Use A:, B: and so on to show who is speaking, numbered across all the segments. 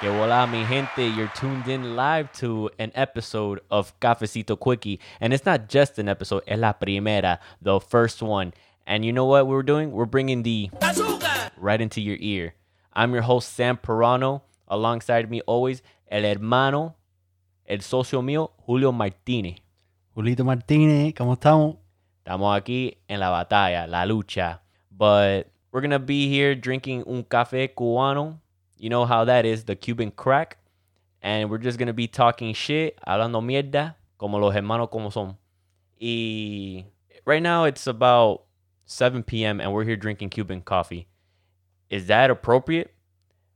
A: Que hola, mi gente. You're tuned in live to an episode of Cafecito Quickie. And it's not just an episode, es la primera, the first one. And you know what we're doing? We're bringing the right into your ear. I'm your host, Sam Pirano. Alongside me, always, el hermano, el socio mío, Julio Martínez.
B: Julito Martínez, ¿cómo estamos?
A: Estamos aquí en la batalla, la lucha. But we're going to be here drinking un café cubano. You know how that is, the Cuban crack. And we're just going to be talking shit, hablando mierda, como los hermanos como son. Y right now it's about 7 p.m. and we're here drinking Cuban coffee. Is that appropriate?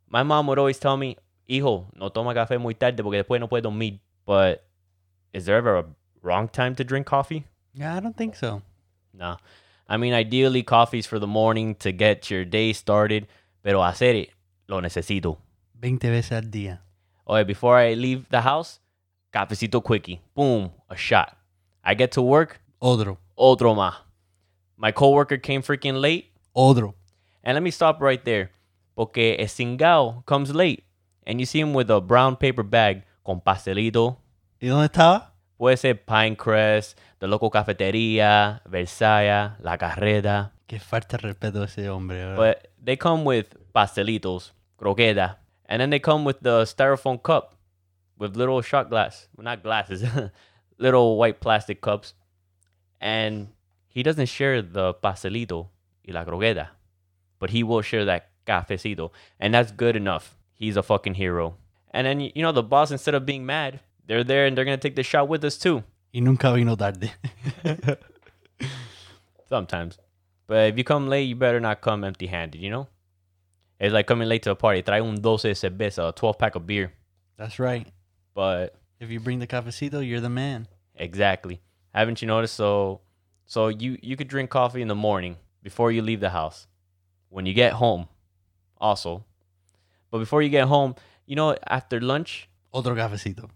A: My mom would always tell me, hijo, no toma café muy tarde porque después no puedes dormir. But is there ever a wrong time to drink coffee?
B: Yeah, I don't think so.
A: No. I mean, ideally, coffee's for the morning to get your day started, pero hacer it, lo necesito.
B: 20 veces al día.
A: Oye, before I leave the house, cafecito quickie. Boom, a shot. I get to work,
B: Otro,
A: otro más. My coworker came freaking late,
B: otro.
A: and let me stop right there, porque el cingao comes late, and you see him with a brown paper bag con pastelito,
B: ¿Y dónde estaba?
A: puede ser Pinecrest, The Loco Cafetería, Versailles, La Carreta.
B: Qué falta de respeto a ese hombre, bro.
A: But they come with pastelitos, croqueta, and then they come with the styrofoam cup with little shot glass, well, not glasses, little white plastic cups. And he doesn't share the pastelito y la croqueta, but he will share that cafecito. And that's good enough. He's a fucking hero. And then, you know, the boss, instead of being mad, they're there and they're going to take the shot with us too
B: Y nunca vino tarde.
A: sometimes. But if you come late, you better not come empty handed, you know? It's like coming late to a party. Trae un 12 de cerveza, a 12 pack of beer.
B: That's right.
A: But
B: If you bring the cafecito, you're the man.
A: exactly. Haven't you noticed? So so you, you could drink coffee in the morning before you leave the house. When you get home, also. But before you get home, you know, after lunch,
B: Otro cafecito.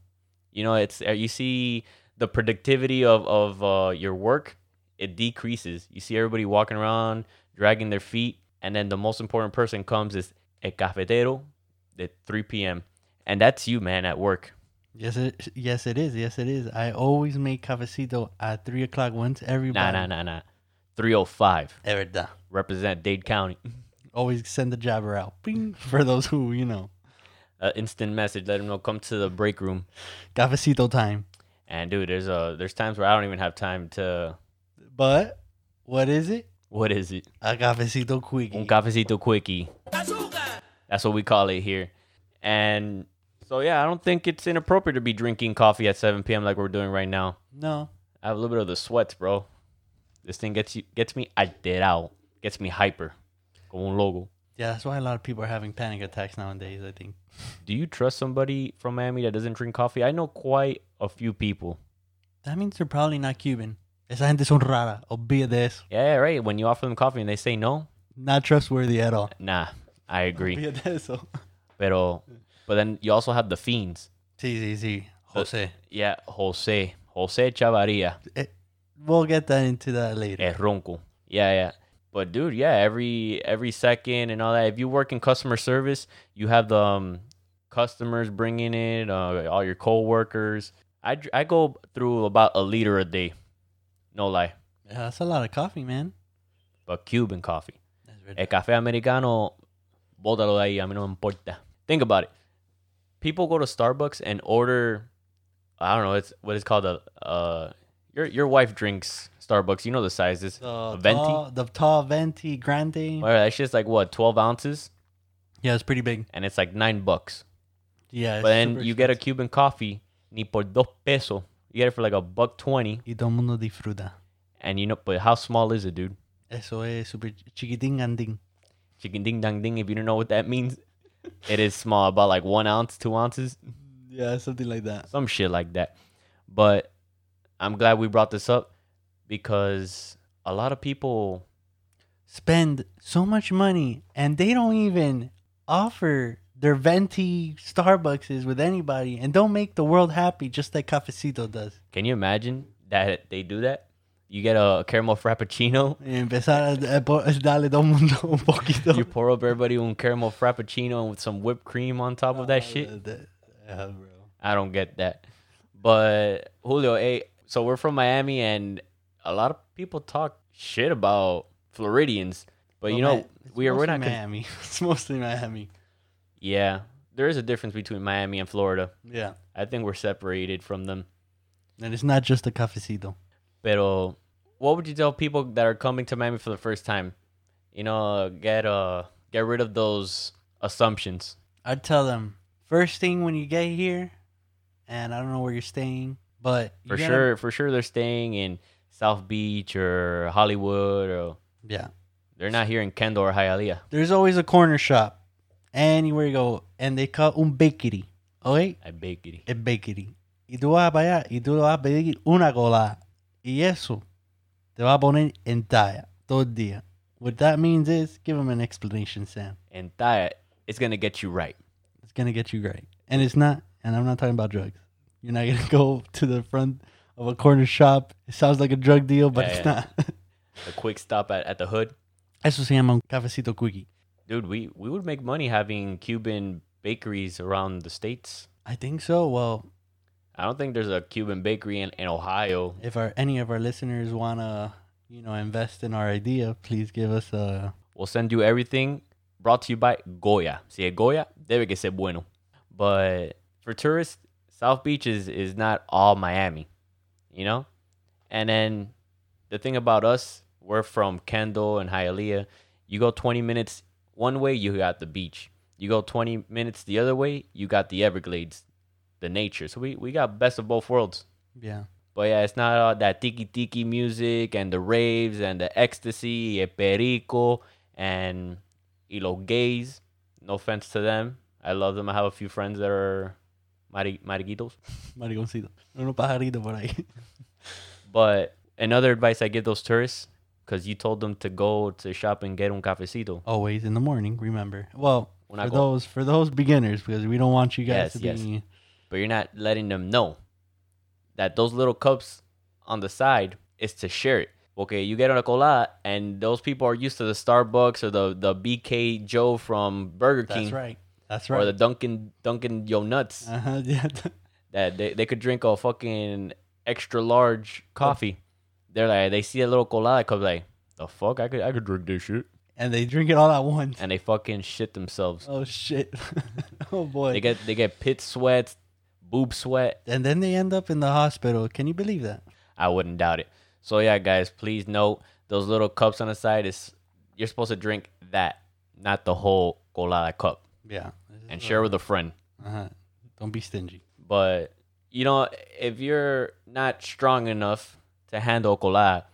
A: you know, it's uh, you see the productivity of of uh, your work it decreases. You see everybody walking around dragging their feet, and then the most important person comes is el cafetero at 3 p.m. and that's you, man, at work.
B: Yes, it, yes, it is. Yes, it is. I always make cafecito at 3 o'clock once
A: Nah,
B: everybody.
A: nah, nah, nah. 305
B: Es verdad.
A: represent Dade County.
B: Always send the jabber out. Ping. For those who, you know.
A: Uh, instant message, let them know come to the break room.
B: Cafecito time.
A: And dude, there's uh there's times where I don't even have time to.
B: But, what is it?
A: What is it?
B: A cafecito quick.
A: Un cafecito quickie. That's what we call it here. And so, yeah, I don't think it's inappropriate to be drinking coffee at 7 p.m. like we're doing right now.
B: No.
A: I have a little bit of the sweats, bro. This thing gets you gets me alterado, gets me hyper. Como un logo.
B: Yeah, that's why a lot of people are having panic attacks nowadays, I think.
A: Do you trust somebody from Miami that doesn't drink coffee? I know quite a few people.
B: That means they're probably not Cuban. Esa gente son rara. Olvídate eso.
A: Yeah, right. When you offer them coffee and they say no,
B: Not trustworthy at all.
A: nah, I agree.
B: Olvídate eso.
A: Pero, but then you also have the fiends.
B: Sí, sí, sí. Jose.
A: Yeah, Jose, Jose Chavaria.
B: Eh, We'll get that into that later.
A: Es ronco. Yeah, yeah. But dude, yeah, every every second and all that. If you work in customer service, you have the um, customers bringing in uh, all your coworkers. I dr- I go through about a liter a day, no lie.
B: Yeah, that's a lot of coffee, man.
A: But Cuban coffee,
B: That's right.
A: el café americano, bótalo de ahí. A mí no me importa. Think about it. People go to Starbucks and order. I don't know. It's what it's called. A uh, your your wife drinks Starbucks. You know the sizes.
B: The
A: venti?
B: Tall, the tall venti grande.
A: Well, that's just like what twelve ounces,
B: Yeah, it's pretty big.
A: and it's like nine bucks.
B: Yeah. It's
A: But then you get a Cuban coffee, ni por dos pesos. You get it for like a buck twenty,
B: Y todo mundo disfruta.
A: and you know. But how small is it, dude?
B: Eso es super chiquitín andín.
A: Chicken ding dong ding. If you don't know what that means, it is small, about like one ounce, two ounces,
B: Yeah, something like that.
A: some shit like that. But I'm glad we brought this up because a lot of people
B: Spend so much money and they don't even offer their venti Starbuckses with anybody and don't make the world happy just like cafecito does.
A: can you imagine that they do that? you get a caramel frappuccino.
B: Y empezar a, a po- darle todo el mundo un poquito.
A: You pour up everybody un caramel frappuccino with some whipped cream on top of
B: Oh,
A: that shit.
B: Yeah, bro.
A: I don't get that. But Julio, hey, so we're from Miami, and a lot of people talk shit about Floridians, but you know
B: Well, Ma- it's
A: we are we're
B: mostly
A: not. Con-
B: Miami. it's mostly Miami.
A: yeah, there is a difference between Miami and Florida.
B: Yeah.
A: I think we're separated from them.
B: And it's not just a cafecito.
A: Pero what would you tell people that are coming to Miami for the first time? You know, get uh get rid of those assumptions.
B: I tell them first thing when you get here, and I don't know where you're staying, but you
A: For
B: gotta-
A: sure, for sure they're staying in South Beach or Hollywood or
B: Yeah.
A: they're not here in Kendall or Hialeah.
B: There's always a corner shop anywhere you go, and they call un bakery. Okay?
A: I beg you.
B: Es bakery. Y tú vas para allá y tú le vas a pedir una colada. Y eso te va a poner en talla todo el día. What that means is give them an explanation, Sam.
A: and diet is gonna get you right.
B: It's going to get you great. And it's not, and I'm not talking about drugs. You're not going to go to the front of a corner shop. It sounds like a drug deal, but
A: Yeah,
B: it's
A: yeah.
B: not.
A: A quick stop at, at the hood.
B: Eso se llama un cafecito quickie.
A: Dude, we, we would make money having Cuban bakeries around the states.
B: I think so. Well,
A: I don't think there's a Cuban bakery in, in Ohio.
B: if our any of our listeners wanna, you know, invest in our idea, please give us a
A: We'll send you everything brought to you by Goya. See, at Goya, debe que ser bueno. But for tourists, South Beach is, is not all Miami, you know? And then the thing about us, we're from Kendall and Hialeah. You go 20 minutes one way, you got the beach. You go 20 minutes the other way, you got the Everglades, the nature. So we, we got best of both worlds.
B: yeah.
A: But yeah, it's not all that tiki tiki music and the raves and the ecstasy, el perico, and y los gays. No offense to them. I love them. I have a few friends that are mari- mariquitos.
B: Mariconcito. Uno pajarito por ahí.
A: But another advice I give those tourists, because you told them to go to shop and get un cafecito.
B: Always in the morning, remember. Well
A: Una
B: for
A: go-
B: those for those beginners, because we don't want you guys
A: Yes,
B: to
A: yes.
B: be
A: But you're not letting them know that those little cups on the side is to share it. Okay, you get on a cola, and those people are used to the Starbucks or the, the BK Joe from Burger
B: That's
A: King
B: right. That's
A: or the
B: right.
A: Dunkin' Dunkin' Yo Nuts
B: uh-huh, yeah.
A: that they, they could drink a fucking extra large coffee. They're like they see a little cola cup like the fuck I could I could drink this shit
B: And they drink it all at once.
A: and they fucking shit themselves.
B: Oh shit. oh boy.
A: They get they get pit sweats, boob sweat,
B: and then they end up in the hospital. Can you believe that?
A: I wouldn't doubt it. So yeah, guys, please note those little cups on the side is you're supposed to drink that, not the whole colada cup,
B: Yeah.
A: and share with a friend.
B: Uh-huh. Don't be stingy.
A: But you know, if you're not strong enough to handle colada,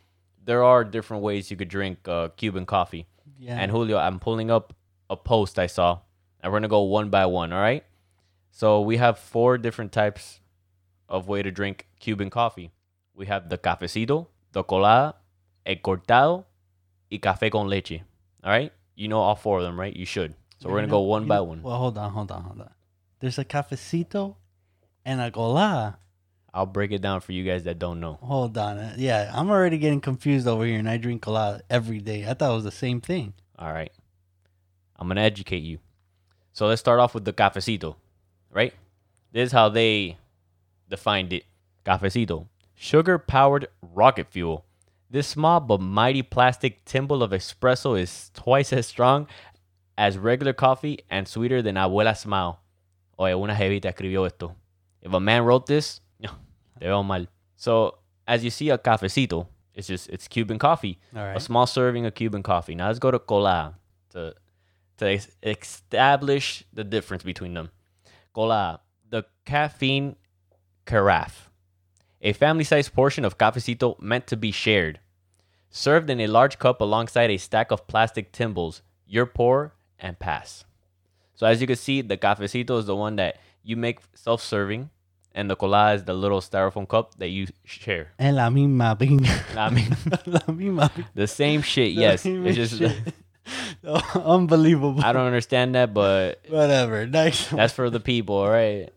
A: there are different ways you could drink uh, Cuban coffee.
B: Yeah.
A: And Julio, I'm pulling up a post I saw, and we're gonna go one by one. All right. So we have four different types of way to drink Cuban coffee. We have the cafecito, the colada, el cortado, y café con leche. All right. You know all four of them, right? You should. So we're
B: You
A: gonna
B: know-
A: go one
B: you
A: by
B: know-
A: one.
B: Well, hold on, hold on, hold on. There's a cafecito and a gola.
A: I'll break it down for you guys that don't know.
B: Hold on. uh, Yeah, I'm already getting confused over here, and I drink cola every day. I thought it was the same thing.
A: All right. I'm gonna educate you. So let's start off with the cafecito, right? This is how they defined it. Cafecito, sugar powered rocket fuel. This small but mighty plastic thimble of espresso is twice as strong as regular coffee and sweeter than Abuela Smile. Oye, una jevita escribió esto. If a man wrote this, no, te veo mal. So, as you see, a cafecito, it's just, it's Cuban coffee
B: All
A: a
B: right.
A: small serving of Cuban coffee. Now let's go to cola to to es- establish the difference between them. Cola, the caffeine carafe, a family-sized portion of cafecito meant to be shared, served in a large cup alongside a stack of plastic timbles. Your pour and pass. So as you can see, the cafecito is the one that you make self-serving, and the cola is the little styrofoam cup that you share.
B: Es la misma pinga.
A: I mean,
B: la misma pinga.
A: the same shit. Yes,
B: La misma
A: it's just.
B: shit. Unbelievable.
A: I don't understand that, but
B: Whatever. Next. one.
A: that's for the people, all right?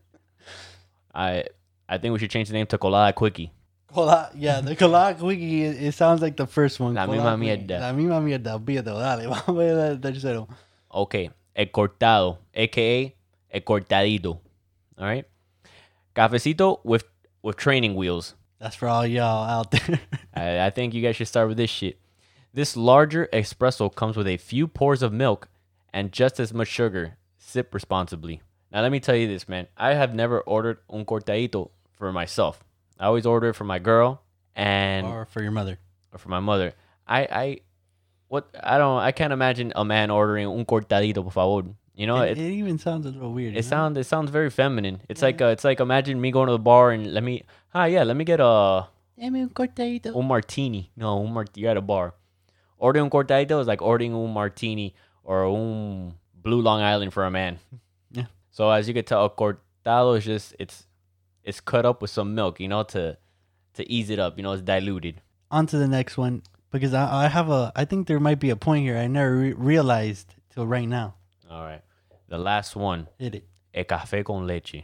A: I I think we should change the name to Colada Quickie.
B: Cola, yeah, the cola quickie. It, it sounds like the first one.
A: La
B: cola
A: misma
B: quickie.
A: mierda.
B: La misma mierda. Olvídate, dale. Vamos a ver el tercero.
A: Ok, el cortado, aka el cortadito. All right. Cafecito with with training wheels.
B: That's for all y'all out there.
A: I, I think you guys should start with this shit. This larger espresso comes with a few pours of milk and just as much sugar. Sip responsibly. Now let me tell you this, man. I have never ordered un cortadito for myself. I always order it for my girl and
B: or for your mother.
A: or for my mother. I, I, what I don't, I can't imagine a man ordering un cortadito por favor. You know,
B: it,
A: it, it,
B: it even sounds a little weird. you know?
A: sounds it sounds very feminine. It's like uh, it's like imagine me going to the bar and let me, hi, yeah, let me get a
B: Dame un cortadito.
A: un martini. No, un martini. You're at a bar. Ordering un cortadito is like ordering un martini or un blue Long Island for a man.
B: Yeah.
A: So as you can tell, a cortado is just it's it's cut up with some milk, you know, to to ease it up. You know, it's diluted.
B: on to the next one because I, I have a I think there might be a point here I never re- realized till right now.
A: All right. The last one.
B: Hit it.
A: e café con leche.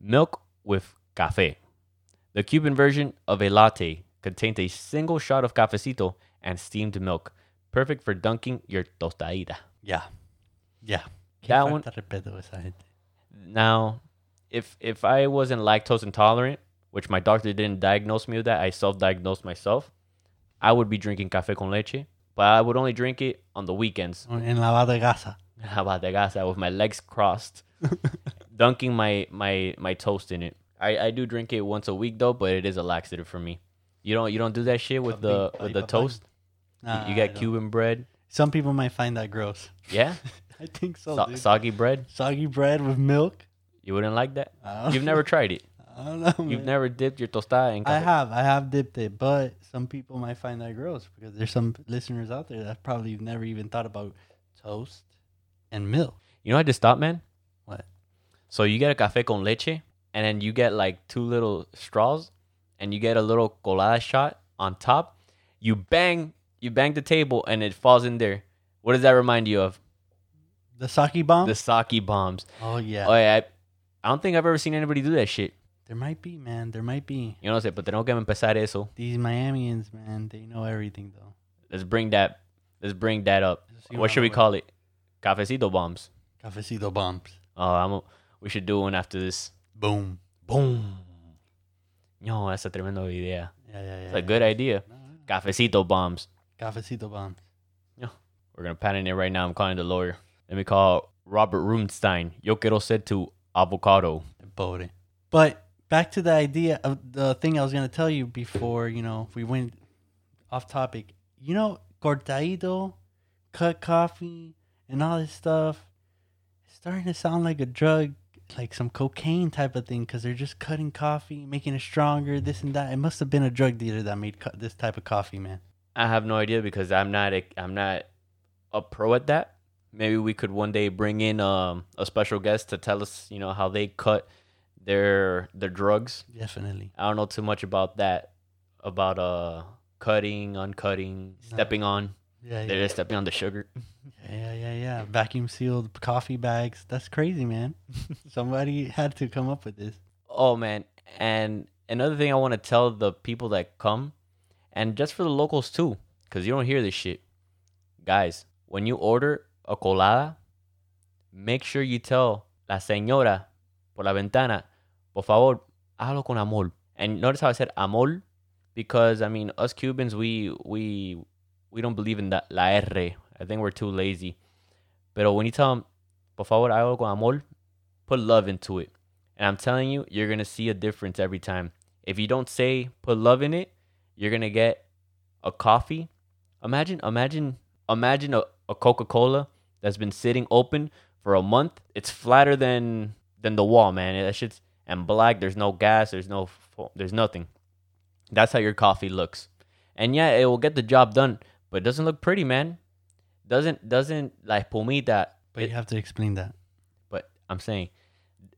A: Milk with café. The Cuban version of a latte contains a single shot of cafecito and steamed milk, perfect for dunking your tostadita.
B: Yeah, yeah.
A: That
B: Qué
A: one-
B: falta de respeto esa gente.
A: Now, if if I wasn't lactose intolerant, which my doctor didn't diagnose me with that, I self-diagnosed myself, I would be drinking café con leche, but I would only drink it on the weekends.
B: En la de gasa.
A: How about that, guys? I with my legs crossed, dunking my my my toast in it. I I do drink it once a week though, but it is a laxative for me. You don't you don't do that shit with the with the toast. You-
B: Nah,
A: you got
B: I don't.
A: Cuban bread,
B: Some people might find that gross.
A: yeah,
B: I think so.
A: So-
B: dude.
A: soggy bread.
B: Soggy bread with milk.
A: You wouldn't like that.
B: I don't,
A: You've never tried it.
B: I don't know.
A: You've
B: man.
A: never dipped your tostada in.
B: I
A: café.
B: have, I have dipped it, but some people might find that gross because there's some listeners out there that probably have never even thought about toast and milk.
A: You know what I just stopped, man?
B: What?
A: So you get a café con leche, and then you get like two little straws, and you get a little colada shot on top. You bang, you bang the table, and it falls in there. What does that remind you of?
B: The sake bomb.
A: The sake bombs.
B: oh yeah.
A: Oh, yeah, I, I don't think I've ever seen anybody do that shit.
B: There might be, man. There might be.
A: You know what I'm saying? But tengo que empezar eso.
B: These Miamians, man, they know everything though.
A: Let's bring that. Let's bring that up.
B: Let's see
A: What
B: what
A: should we
B: happened.
A: call it? Cafecito bombs.
B: Cafecito bombs.
A: Oh, I'm. A, we should do one after this.
B: Boom.
A: Boom. No, that's a tremendo idea.
B: Yeah, yeah, yeah.
A: It's a good idea. Cafecito bombs.
B: Cafecito bombs.
A: We're gonna patent it right now. I'm calling the lawyer. Let me call Robert Rubinstein. Yo quiero said to avocado.
B: Bode. But back to the idea of the thing I was gonna tell you before, you know, we went off topic. You know, cortadito, cut coffee, and all this stuff. It's starting to sound like a drug, like some cocaine type of thing, because they're just cutting coffee, making it stronger, this and that. It must have been a drug dealer that made co- this type of coffee, man.
A: I have no idea because I'm not a, I'm not a pro at that. Maybe we could one day bring in um, a special guest to tell us, you know, how they cut their their drugs.
B: Definitely.
A: I don't know too much about that, about uh cutting, uncutting, stepping on.
B: Yeah,
A: They're
B: yeah,
A: just stepping on the sugar.
B: yeah, yeah, yeah. Vacuum sealed coffee bags. That's crazy, man. Somebody had to come up with this.
A: Oh man, and another thing I want to tell the people that come, and just for the locals too, because you don't hear this shit, guys. When you order a colada, make sure you tell la señora por la ventana, por favor, hágalo con amor. And notice how I said amor, because I mean us Cubans, we we we don't believe in that la r. I think we're too lazy. But when you tell them, por favor, hágalo con amor, put love into it. And I'm telling you, you're gonna see a difference every time. If you don't say put love in it, you're gonna get a coffee. Imagine, imagine, imagine a, a Coca-Cola that's been sitting open for a month. It's flatter than than the wall, man. That shit's and black. There's no gas. There's no. fo- There's nothing. That's how your coffee looks. And yeah, it will get the job done, but it doesn't look pretty, man. Doesn't doesn't like pomita.
B: But you have to explain that.
A: But I'm saying,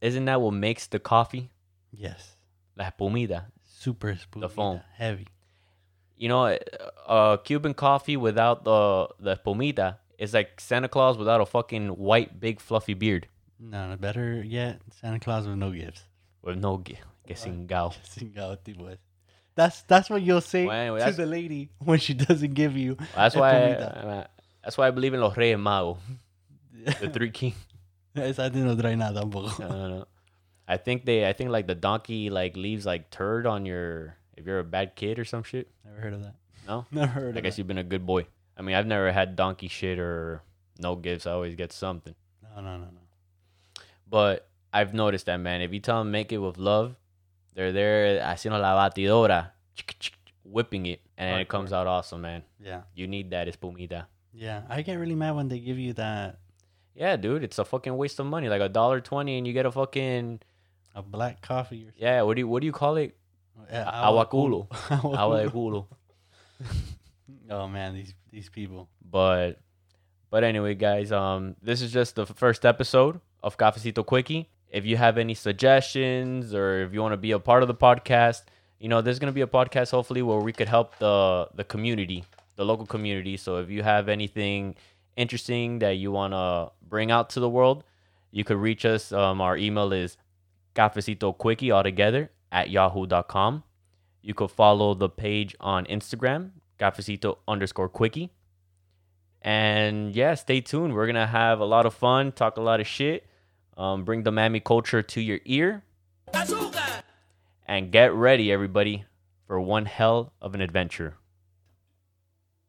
A: isn't that what makes the coffee?
B: Yes.
A: La espumita.
B: Super spooky.
A: foam.
B: Heavy.
A: You know, uh, uh, Cuban coffee without the the espumita is like Santa Claus without a fucking white big fluffy beard
B: No, no, better yet, Santa Claus with no gifts.
A: with no gi- que sin gao.
B: Sing out, the boys. That's that's what you'll say
A: Well, anyway,
B: to
A: that's-
B: the lady when she doesn't give you.
A: That's
B: la
A: why. uh,
B: comida.
A: that's why I believe in los Reyes Magos, the three kings.
B: Esa de no trae nada tampoco.
A: No, no, no. I think they. I think like the donkey like leaves like turd on your if you're a bad kid or some shit.
B: Never heard of that.
A: No,
B: Never heard
A: I
B: of
A: guess
B: that.
A: you've been a good boy. I mean, I've never had donkey shit or no gifts. I always get something.
B: No, no, no, no.
A: But I've noticed that man. If you tell them make it with love, they're there haciendo la batidora, whipping it, and it comes out awesome, man.
B: Yeah,
A: You need that espumita.
B: yeah. I get really mad when they give you that
A: Yeah, dude, it's a fucking waste of money. Like a dollar twenty, and you get a fucking
B: a black coffee eh, or
A: yeah. What do you what do you call it?
B: yeah,
A: Agua culo.
B: Agua
A: Agua de culo.
B: culo. Oh man, these these people.
A: But but anyway, guys, um, this is just the first episode of Cafecito Quickie. If you have any suggestions or if you want to be a part of the podcast, you know, there's gonna be a podcast hopefully where we could help the the community, the local community. So if you have anything interesting that you wanna bring out to the world, you could reach us. Um, our email is cafecito quickie altogether at yahoo.com. You could follow the page on Instagram, cafecito underscore quickie. And yeah, stay tuned. We're gonna have a lot of fun, talk a lot of shit, um, bring the Miami culture to your ear, and get ready, everybody, for one hell of an adventure.